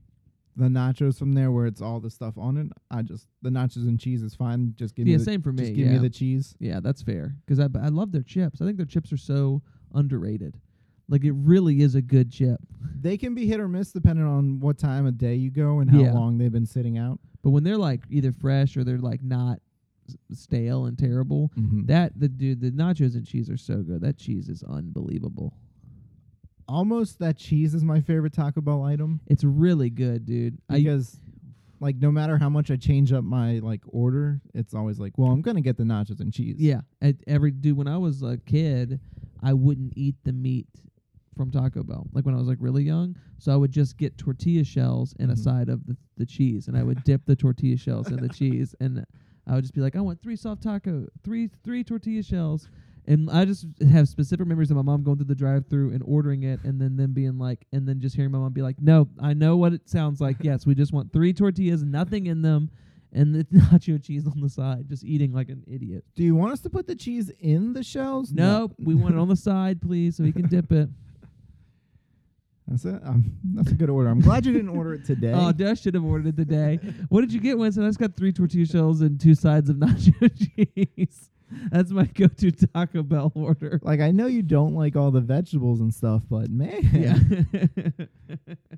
C: the nachos from there where it's all the stuff on it. I just the nachos and cheese is fine. Just [laughs] give
B: yeah,
C: me the,
B: same for me.
C: just give
B: yeah.
C: me the cheese.
B: Yeah, that's fair. 'Cause I I love their chips. I think their chips are so underrated. Like it really is a good chip.
C: They can be hit or miss depending on what time of day you go and how
B: Yeah.
C: long they've been sitting out.
B: But when they're like either fresh or they're like not s- stale and terrible,
C: Mm-hmm.
B: that the dude the nachos and cheese are so good. That cheese is unbelievable.
C: Almost that cheese is my favorite Taco Bell item.
B: It's really good, dude. I
C: because like no matter how much I change up my like order, it's always like, well, I'm gonna get the nachos and cheese.
B: yeah, at every dude when I was a kid, I wouldn't eat the meat from Taco Bell. Like when I was like really young, so I would just get tortilla shells and a
C: Mhm.
B: side of the, the cheese, and I would dip the tortilla shells in the cheese, and I would just be like, I want three soft taco, three three tortilla shells, and I just have specific memories of my mom going through the drive-through and ordering it, and then them being like, and then just hearing my mom be like, No, I know what it sounds like. Yes, we just want three tortillas, nothing in them. And [laughs] the nacho cheese on the side, just eating like an idiot.
C: Do you want us to put the cheese in the shells?
B: Nope, we want
C: [laughs]
B: it on the side, please, so we can dip it.
C: That's it. Um, that's a good order. I'm glad you didn't order
B: [laughs]
C: it today.
B: Oh, dude, I should have ordered it today. what did you get, Winston? I just got three tortilla shells and two sides of nacho [laughs] cheese. That's my go-to Taco Bell
C: [laughs]
B: order.
C: like I know you don't like all the vegetables and stuff, but man.
B: Yeah.
C: [laughs]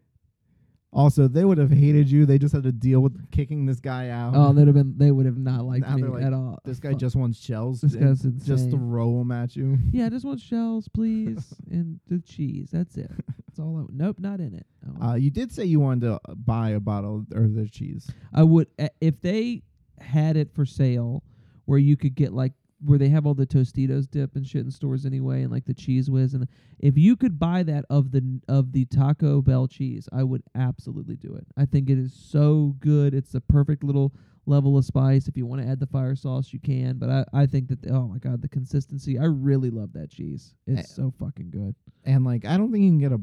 C: Also, they would have hated you. They just had to deal with kicking this guy out.
B: oh, they'd have been. They would have not liked
C: Now
B: me
C: they're like,
B: at all.
C: [laughs] this guy
B: Fuck.
C: just wants shells.
B: This
C: and
B: guy's
C: just
B: insane.
C: throw them at you.
B: [laughs] Yeah, I just want shells,
C: [laughs]
B: please, and the cheese. That's it. That's all I. Want. Nope, not in it. Oh, I don't
C: Uh, you did say you wanted to uh, buy a bottle of their cheese.
B: I would a- if they had it for sale where you could get like where they have all the Tostitos dip and shit in stores anyway and like the cheese whiz and if you could buy that of the of the Taco Bell cheese, I would absolutely do it. I think it is so good. It's the perfect little level of spice. If you want to add the fire sauce, you can, but I I think that the, oh my god, the consistency. I really love that cheese.
C: Eh.
B: It's so fucking good.
C: and like I don't think you can get a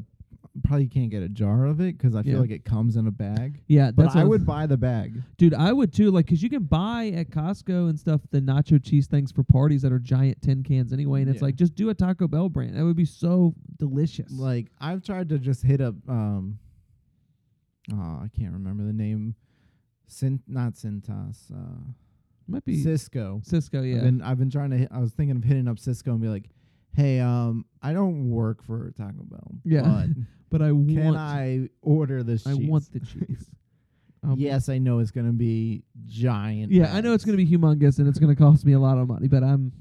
C: probably can't get a jar of it 'cause I feel
B: Yeah.
C: like it comes in a bag.
B: Yeah,
C: But
B: that's what
C: I
B: I'm- [laughs]
C: would buy the bag.
B: Dude, I would too. Like, 'cause you can buy at Costco and stuff the nacho cheese things for parties that are giant tin cans anyway, and it's
C: Yeah.
B: like just do a Taco Bell brand. That would be so delicious.
C: Like I've tried to just hit up um oh, I can't remember the name. Cint not Cintas. Uh
B: might be
C: Cisco.
B: Cisco, yeah.
C: I've been I've been trying to hit I was thinking of hitting up Cisco and be like, Hey, um, I don't work for Taco Bell.
B: [laughs] Yeah. but I
C: But can
B: want,
C: I order this
B: I
C: cheese?
B: want the
C: [laughs]
B: cheese. Um,
C: yes, I know it's gonna be giant.
B: Yeah, I know it's gonna be humongous and it's gonna cost me a lot of money, but I'm.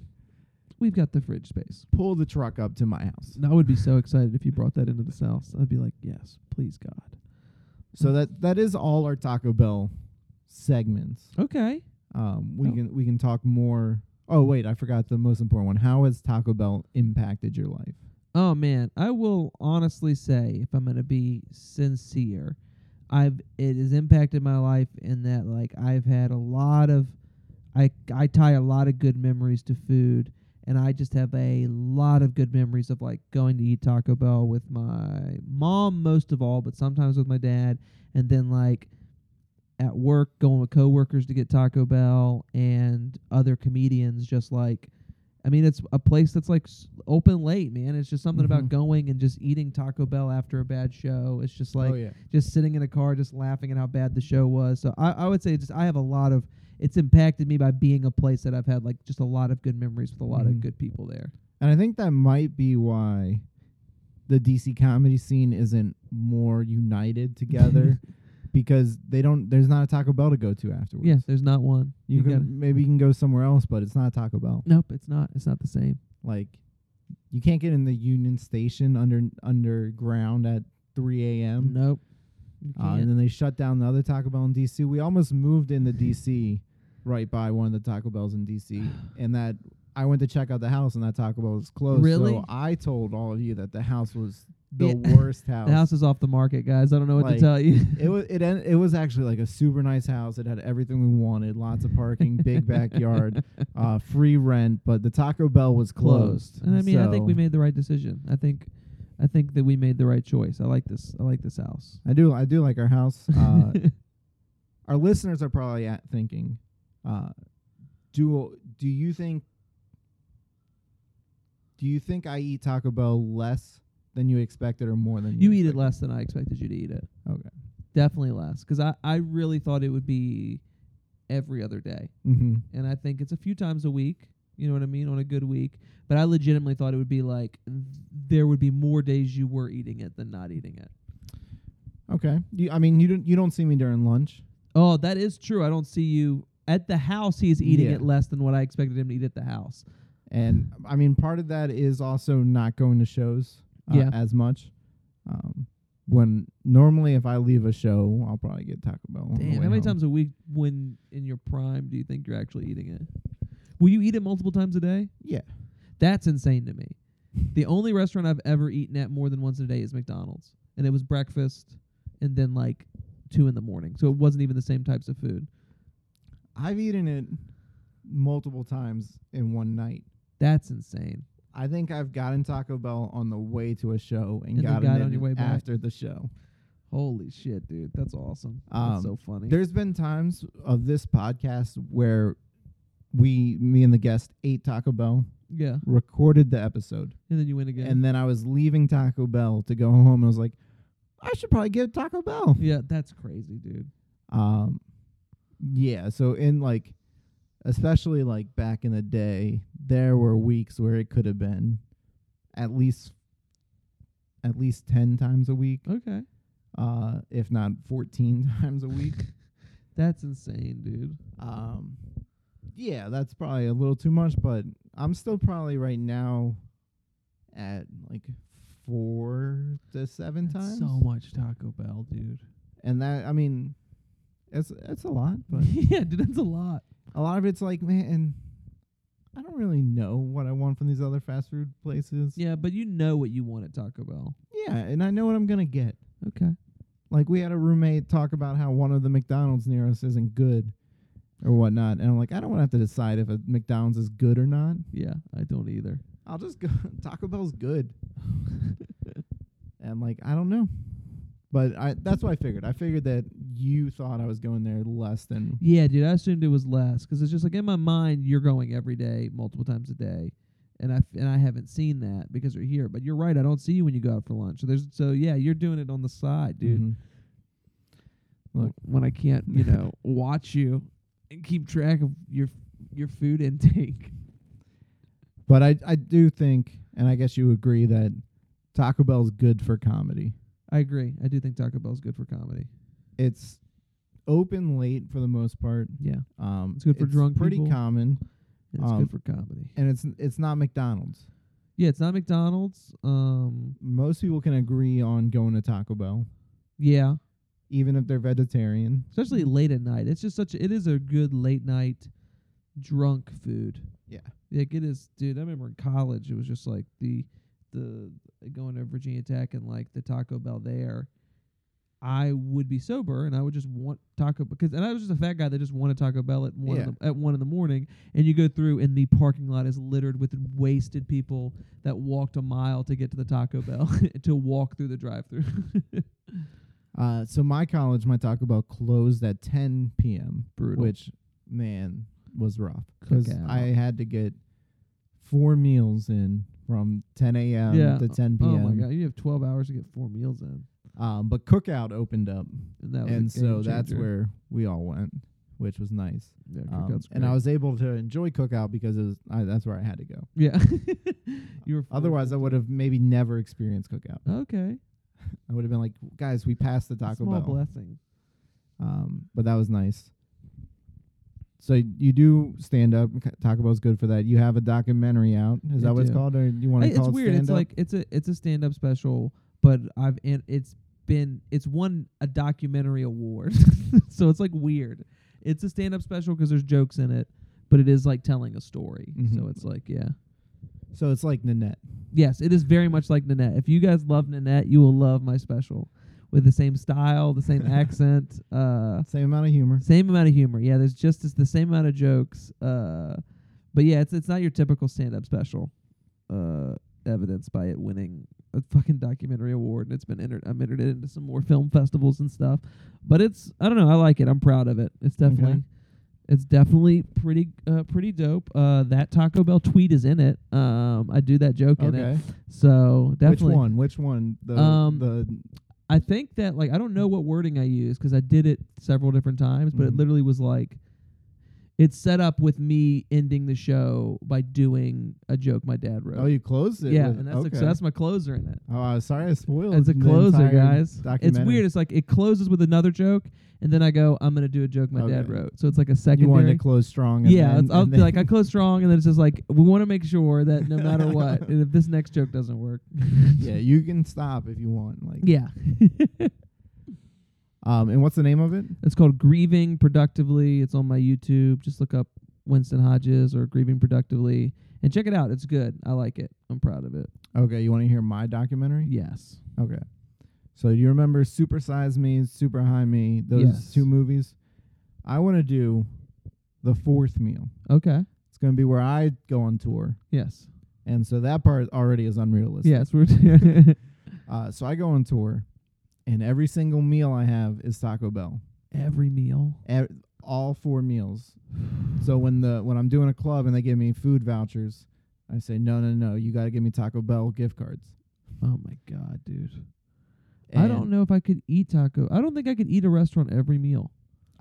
B: We've got the fridge space.
C: Pull the truck up to my house.
B: And I would be so excited if you brought that into the South. I'd be like, yes, please, God.
C: So that that is all our Taco Bell segments.
B: Okay.
C: Um, we
B: Oh.
C: can we can talk more. Oh wait, I forgot the most important one. How has Taco Bell impacted your life?
B: Oh man, I will honestly say, if I'm gonna be sincere, I've it has impacted my life in that like I've had a lot of, I I tie a lot of good memories to food, and I just have a lot of good memories of like going to eat Taco Bell with my mom most of all, but sometimes with my dad, and then like at work going with coworkers to get Taco Bell and other comedians just like I mean it's a place that's like s- open late, man. It's just something about
C: Mhm.
B: going and just eating Taco Bell after a bad show. It's just like
C: oh yeah,
B: just sitting in a car just laughing at how bad the show was. So I, I would say just I have a lot of it's impacted me by being a place that I've had like just a lot of good memories with a lot
C: Mhm.
B: of good people there.
C: and I think that might be why the DC comedy scene isn't more united
B: [laughs]
C: together because they don't. There's not a Taco Bell to go to afterwards.
B: Yes, there's not one.
C: you,
B: You
C: can
B: gotta-
C: maybe you can go somewhere else, but it's not Taco Bell.
B: Nope, it's not. It's not the same.
C: Like you can't get in the Union Station under underground at 3 a.m.
B: Nope. You
C: Uh, and
B: can't.
C: then they shut down the other Taco Bell in DC. We almost moved into DC right by one of the Taco Bells
B: [sighs]
C: in DC, and that I went to check out the house, and that Taco Bell was closed.
B: Really?
C: So I told all of you that the house was the
B: Yeah. [laughs]
C: worst house.
B: The house is off the market, guys. I don't know what
C: Like,
B: to tell you. [laughs]
C: it was it en- it was actually like a super nice house. It had everything we wanted: lots of parking,
B: [laughs]
C: big backyard, uh, free rent. But the Taco Bell was closed.
B: And I mean, I think we
C: So
B: made the right decision. I think, I think that we made the right choice. I like this. I like this house.
C: I do. I do like our house. Uh, our listeners are probably at thinking, uh, do do you think do you think I eat Taco Bell less than you expected or more than
B: [laughs]
C: you?
B: you eat it less than I expected you to eat it.
C: it less. Okay.
B: Definitely less, because I I really thought it would be every other day,
C: Mm-hmm.
B: and I think it's a few times a week. You know what I mean? On a good week, but I legitimately thought it would be like there would be more days you were eating it than not eating it.
C: Okay. You, I mean, you don't you don't see me during lunch.
B: Oh, that is true. I don't see you at the house. He is eating
C: Yeah.
B: it less than what I expected him to eat at the house.
C: And I mean, part of that is also not going to shows uh,
B: Yeah.
C: as much. Um, when normally, if I leave a show, I'll probably get Taco Bell. on the
B: Damn,
C: way
B: how many
C: home.
B: times a week when in your prime do you think you're actually eating it? Will you eat it multiple times a day?
C: Yeah.
B: That's insane to me. The only restaurant I've ever eaten at more than once a day is McDonald's. And it was breakfast and then like two in the morning. So it wasn't even the same types of food.
C: I've eaten it multiple times in one night.
B: That's insane.
C: I think I've gotten Taco Bell on the way to a show
B: And
C: and,
B: then
C: gotten
B: got
C: it
B: on your way back.
C: after the show.
B: Holy shit, dude. That's awesome.
C: Um,
B: That's so funny.
C: There's been times of this podcast where we, me and the guest, ate Taco Bell,
B: yeah.
C: recorded the episode,
B: And then you win again.
C: and then I was leaving Taco Bell to go home. And I was like, I should probably get Taco Bell.
B: yeah, that's crazy, dude.
C: Um, yeah. So in like, especially like back in the day, there were weeks where it could have been at least at least ten times a week.
B: Okay.
C: uh, if not 14 [laughs] times a week.
B: That's insane, dude.
C: um, yeah, that's probably a little too much, but I'm still probably right now at like four to seven
B: That's
C: times.
B: so much Taco Bell, dude. [laughs]
C: and that, I mean, it's, it's a lot, but
B: yeah, dude, that's a lot.
C: a lot of it's like, man, I don't really know what I want from these other fast food places.
B: Yeah, but you know what you want at Taco Bell.
C: yeah and I know what I'm going to get.
B: Okay.
C: Like we had a roommate talk about how one of the McDonald's near us isn't good or whatnot, and I'm like, I don't want to have to decide if a McDonald's is good or not.
B: Yeah, I don't either.
C: I'll just go. [laughs] Taco Bell's good, and I'm like, I don't know, but I that's what I figured. I figured that you thought I was going there less than.
B: Yeah, dude, I assumed it was less because it's just like in my mind you're going every day, multiple times a day, and I f- and I haven't seen that because you're here. But you're right, I don't see you when you go out for lunch. So there's so yeah, you're doing it on the side, dude.
C: Mhm. Mm-hmm, Look.
B: when I can't, you
C: [laughs]
B: know, watch you and keep track of your your food [laughs] intake.
C: But I I do think, and I guess you agree that Taco Bell's good for comedy.
B: I agree. I do think Taco Bell's good for comedy.
C: It's open late for the most part.
B: Yeah,
C: Um,
B: It's good for drunk
C: Pretty
B: people.
C: common.
B: and it's
C: Um,
B: good for comedy.
C: and it's it's not McDonald's.
B: Yeah, it's not McDonald's. Um,
C: Most people can agree on going to Taco Bell,
B: yeah,
C: even if they're vegetarian.
B: especially late at night. It's just such. It is a good late night drunk food.
C: Yeah.
B: Like it is, dude. I remember in college, it was just like the the going to Virginia Tech and like the Taco Bell there. I would be sober and I would just want Taco because and I was just a fat guy that just wanted Taco Bell at one
C: Yeah.
B: in the, at one in the morning. And you go through and the parking lot is littered with wasted people that walked a mile to get to the Taco Bell [laughs] to walk through the drive-through.
C: Uh, so my college, my Taco Bell closed at 10 p.m.
B: Brutal.
C: which man was rough
B: Cook
C: because
B: out.
C: I had to get four meals in from 10 a.m.
B: Yeah.
C: to 10 p.m.
B: oh my god, you have twelve hours to get four meals in,
C: Um, but Cookout opened up,
B: and that was a
C: and so
B: game
C: that's
B: changer.
C: where we all went, which was nice.
B: yeah,
C: Um,
B: Cookout's
C: and I
B: great.
C: was able to enjoy Cookout because it was I, that's where I had to go.
B: [laughs] yeah [laughs] you were
C: Otherwise, I would have maybe never experienced Cookout.
B: okay
C: I would have been like, guys, we passed the Taco
B: small
C: Bell.
B: blessing.
C: Um, but that was nice. So you do stand up. K- Taco Bell's good for that. You have a documentary out. Is
B: I
C: that what it's
B: do.
C: called, or you want
B: Hey,
C: to call
B: it's
C: it
B: weird.
C: stand
B: It's
C: up?
B: like it's a it's a stand up special, but I've and it's been it's won a documentary award, [laughs] so it's like weird. It's a stand up special 'cause there's jokes in it, but it is like telling a story. So
C: Mhm.
B: it's like yeah,
C: so it's like Nanette.
B: yes, it is very much like Nanette. If you guys love Nanette, you will love my special with the same style, the
C: [laughs]
B: same accent. Uh,
C: Same amount of humor.
B: Same amount of humor. Yeah, there's just it's the same amount of jokes. Uh, but yeah, it's it's not your typical stand-up special. Uh, evidenced by it winning a fucking documentary award, and it's been entered. I'm entered it into some more film festivals and stuff. But it's I don't know. I like it. I'm proud of it. It's
C: Okay.
B: definitely. It's definitely pretty, uh, pretty dope. Uh, that Taco Bell tweet is in it. Um, I do that joke in it,
C: Okay.
B: so definitely.
C: Which one? Which one? The
B: Um,
C: the
B: I think that like I don't know what wording I used 'cause I did it several different times, but it
C: Mhm.
B: literally was like it's set up with me ending the show by doing a joke my dad wrote.
C: oh, you closed it.
B: yeah,
C: with-
B: and that's like,
C: okay.
B: so that's my closer in it.
C: oh, I'm sorry, I spoiled.
B: As a
C: the
B: closer,
C: entire
B: guys, it's
C: documentary.
B: weird. It's like it closes with another joke, and then I go, "I'm gonna do a joke my dad
C: Okay.
B: wrote." So it's like a
C: You wanted to
B: secondary.
C: close strong. And
B: yeah,
C: then,
B: it's- I'll
C: and
B: be
C: then- [laughs]
B: like I close strong, and then it's just like we want to make sure that no matter what, and if this next joke doesn't work,
C: yeah, you can stop if you want.
B: [laughs]
C: Like,
B: yeah, [laughs]
C: Um, and what's the name of it?
B: It's called Grieving Productively. It's on my YouTube. Just look up Winston Hodges or Grieving Productively and check it out. It's good. I like it. I'm proud of it.
C: Okay, you want to hear my documentary?
B: Yes.
C: Okay. So you remember Super Size Me, Super High Me, those
B: Yes.
C: two movies? I want to do the fourth meal.
B: Okay.
C: It's going to be where I go on tour.
B: Yes.
C: And so that part already is unrealistic.
B: Yes. We're [laughs]
C: Uh, so I go on tour, and every single meal I have is Taco Bell.
B: every meal.
C: Ev- all four meals. So when the when I'm doing a club and they give me food vouchers, I say no, no, no. You got to give me Taco Bell gift cards.
B: Oh my god, dude. I
C: And
B: don't know if I could eat taco. I don't think I could eat a restaurant every meal.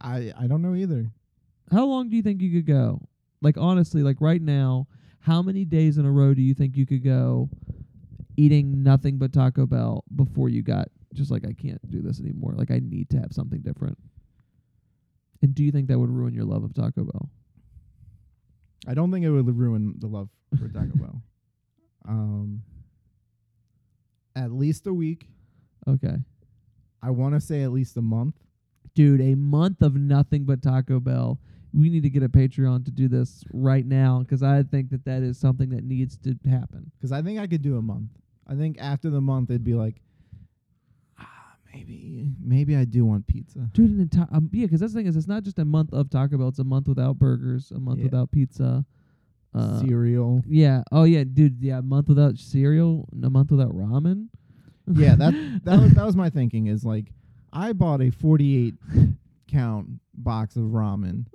C: I I don't know either.
B: How long do you think you could go? Like honestly, like right now, how many days in a row do you think you could go eating nothing but Taco Bell before you got just like I can't do this anymore. Like I need to have something different. And do you think that would ruin your love of Taco Bell?
C: I don't think it would ruin the love for Taco Bell. Um, at least a week.
B: Okay.
C: I want to say at least a month.
B: Dude, a month of nothing but Taco Bell. We need to get a Patreon to do this right now because I think that that is something that needs to happen.
C: 'Cause I think I could do a month. I think after the month, it'd be like, ah, maybe, maybe I do want pizza.
B: Dude, an entire um, yeah, 'cause that's the thing is, it's not just a month of Taco Bell; it's a month without burgers, a month
C: Yeah.
B: without pizza. Uh, [laughs]
C: Cereal.
B: yeah. Oh yeah, dude. Yeah, a month without cereal, a month without ramen.
C: Yeah, that that was, that was my thinking. Is like, I bought a forty-eight count box of ramen,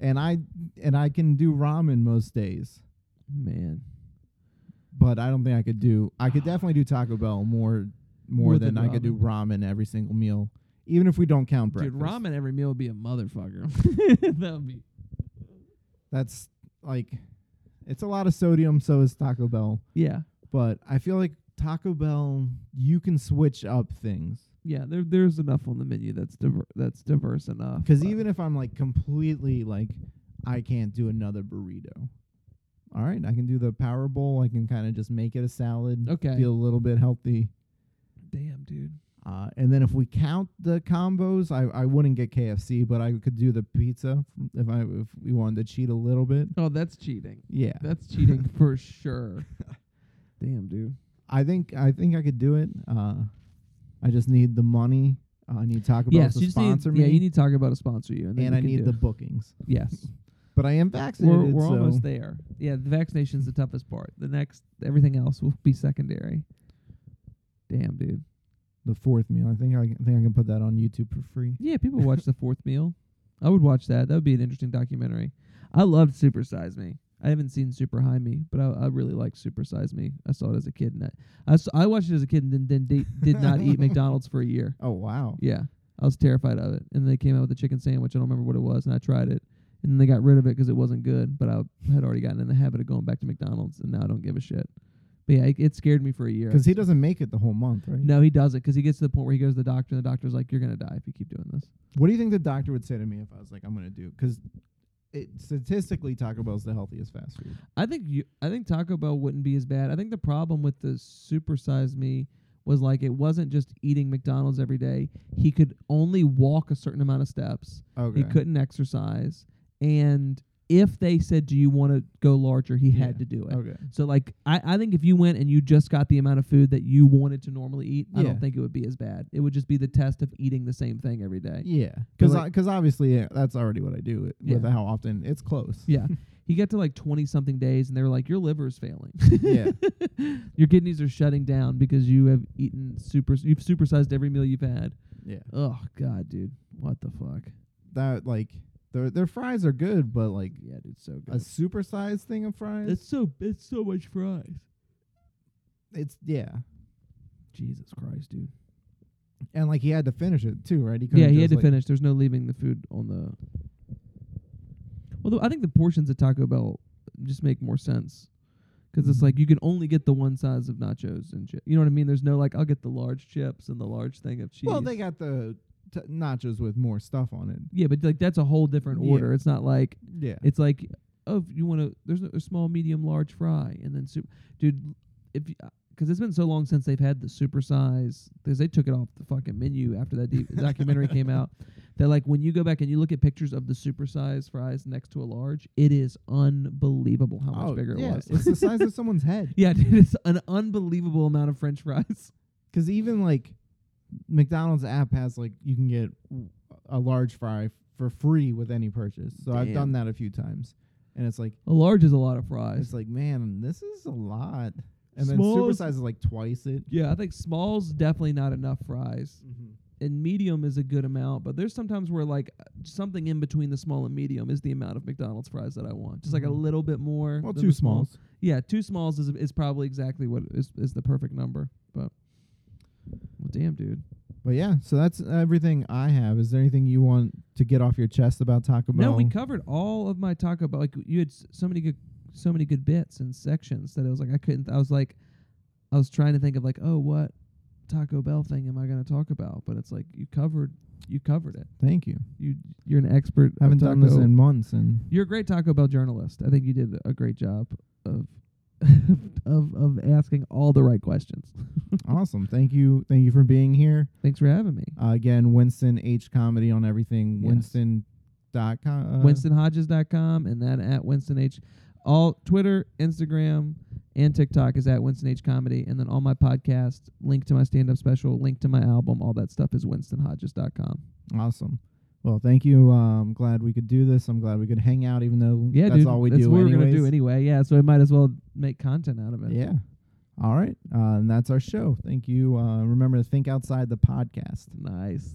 C: and I and I can do ramen most days.
B: Man,
C: but I don't think I could do.
B: [sighs]
C: I could definitely do Taco Bell more more,
B: More
C: than,
B: than
C: I could do ramen every single meal, even if we don't count breakfast.
B: dude, ramen every meal would be a [laughs] motherfucker. that would be.
C: That's like, it's a lot of sodium. So is Taco Bell,
B: Yeah,
C: but I feel like Taco Bell you can switch up things
B: yeah. There, there's enough on the menu that's diver- that's diverse enough.
C: because
B: but-
C: even if I'm like completely like I can't do another burrito. All right, I can do the Power Bowl. I can kind of just make it a salad.
B: Okay.
C: Feel a little bit healthy.
B: Damn, dude.
C: Uh, and then if we count the combos, I, I wouldn't get KFC, but I could do the pizza if I if we wanted to cheat a little bit.
B: Oh, that's cheating.
C: Yeah,
B: That's [laughs] cheating for [laughs] sure. Damn, dude.
C: I think I think I could do it. Uh, I just need the money. Uh, I need Taco Bell
B: Yes,
C: to
B: you just need,
C: sponsor
B: yeah,
C: me,
B: you need to talk about a sponsor you, and, then
C: and
B: you
C: I
B: can
C: need
B: do.
C: the bookings.
B: yes.
C: But I am
B: We're
C: vaccinated,
B: we're
C: so
B: almost there. Yeah, the vaccination's the toughest part. The next, everything else will be secondary. Damn, dude.
C: the fourth meal. I think I, can- I think I can put that on YouTube for free.
B: Yeah, people watch the
C: [laughs]
B: fourth meal. I would watch that. That would be an interesting documentary. I loved Super Size Me. I haven't seen Super High Me, but I, I really like Super Size Me. I saw it as a kid, and I, I, s- I watched it as a kid, and then, then de- did not
C: [laughs]
B: eat McDonald's for a year.
C: Oh wow!
B: Yeah, I was terrified of it. And they came out with a chicken sandwich. I don't remember what it was, and I tried it, and then they got rid of it 'cause it wasn't good. But I had already gotten in the habit of going back to McDonald's, and now I don't give a shit. But yeah, it, it scared me for a year.
C: Because he doesn't make it the whole month, right?
B: no, he doesn't, 'cause he gets to the point where he goes to the doctor, and the doctor's like, "You're gonna die if you keep doing this."
C: What do you think the doctor would say to me if I was like, I'm gonna do? Because it statistically, Taco Bell's the healthiest fast food.
B: I think you, I think Taco Bell wouldn't be as bad. I think the problem with the supersize me was like it wasn't just eating McDonald's every day. He could only walk a certain amount of steps.
C: Okay.
B: He couldn't exercise, and if they said, "Do you want to go larger?" he had
C: Yeah.
B: to do it.
C: Okay.
B: So like I, I think if you went and you just got the amount of food that you wanted to normally eat, I
C: Yeah.
B: don't think it would be as bad. It would just be the test of eating the same thing every day.
C: Yeah. Because
B: like-
C: because obviously yeah, that's already what I do with, with
B: Yeah.
C: how often it's close. [laughs]
B: Yeah. He got to like 20 something days and they were like, Your liver is failing.
C: Yeah.
B: [laughs] Your kidneys are shutting down because you have eaten super, you've supersized every meal you've had.
C: yeah.
B: Oh, God, dude. What the fuck?
C: That like their their fries are good, but like
B: Yeah, dude, so
C: a
B: good.
C: supersized thing of fries,
B: It's so, it's so much fries.
C: it's yeah.
B: Jesus Christ, dude.
C: And like he had to finish it too, right? He couldn't
B: Yeah, he had
C: just,
B: to
C: like-
B: finish. There's no leaving the food on the. Although I think the portions at Taco Bell just make more sense. 'Cause it's
C: Mhm.
B: like you can only get the one size of nachos and chip. You know what I mean? There's no like I'll get the large chips and the large thing of cheese.
C: Well, they got the t- nachos with more stuff on it.
B: Yeah, but like that's a whole different
C: Yeah.
B: order. It's not like
C: Yeah.
B: it's like oh if you want to there's a, a small, medium, large fry and then soup. Dude, if because it's been so long since they've had the super size because they took it off the fucking menu after
C: [laughs]
B: that d- documentary came out. That like when you go back and you look at pictures of the super size fries next to a large, it is unbelievable how much
C: oh,
B: bigger
C: yeah,
B: it was.
C: it's the size of someone's head.
B: [laughs] yeah, dude, it's an unbelievable amount of French fries. [laughs]
C: Because even like McDonald's app has like you can get w- a large fry for free with any purchase. So I've done that a few times, and it's like
B: A large is a lot of fries.
C: it's like man, this is a lot. And then
B: Small is-
C: supersize is like twice it.
B: yeah, I think small's definitely not enough fries. and medium is a good amount, but there's sometimes where like uh, something in between the small and medium is the amount of McDonald's fries that I want. Just like a
C: Mhm.
B: little bit more.
C: Well,
B: than
C: two
B: the small-
C: smalls.
B: Yeah, two smalls is is probably exactly what is is the perfect number. But well, damn, dude.
C: But yeah, so that's everything I have. Is there anything you want to get off your chest about Taco Bell?
B: No, we covered all of my Taco Bell. Like you had s- so many good, so many good bits and sections that it was like I couldn't. I was like, I was trying to think of like, oh, what Taco Bell thing am I going to talk about? But it's like you covered, you covered it.
C: Thank you.
B: You you're an expert. of
C: haven't done this
B: Taco
C: in months, and
B: You're a great Taco Bell journalist. I think you did a great job of [laughs] of of asking all the right questions.
C: [laughs] awesome. Thank you. Thank you for being here.
B: Thanks for having me.
C: Uh, again, Winston H Comedy on everything.
B: Yes.
C: Winston dot com. Uh,
B: WinstonHodges.com and then at Winston H. All Twitter, Instagram, and TikTok is at Winston H Comedy, and then all my podcasts, link to my stand up special, link to my album, all that stuff is WinstonHodges.com.
C: Awesome. Well, thank you. Uh, I'm glad we could do this. I'm glad we could hang out, even though
B: Yeah,
C: that's
B: dude,
C: all we
B: that's
C: do.
B: what we're
C: anyways.
B: gonna do anyway. Yeah, so we might as well make content out of it.
C: Yeah. All right. Uh, and that's our show. Thank you. Uh, remember to think outside the podcast.
B: Nice.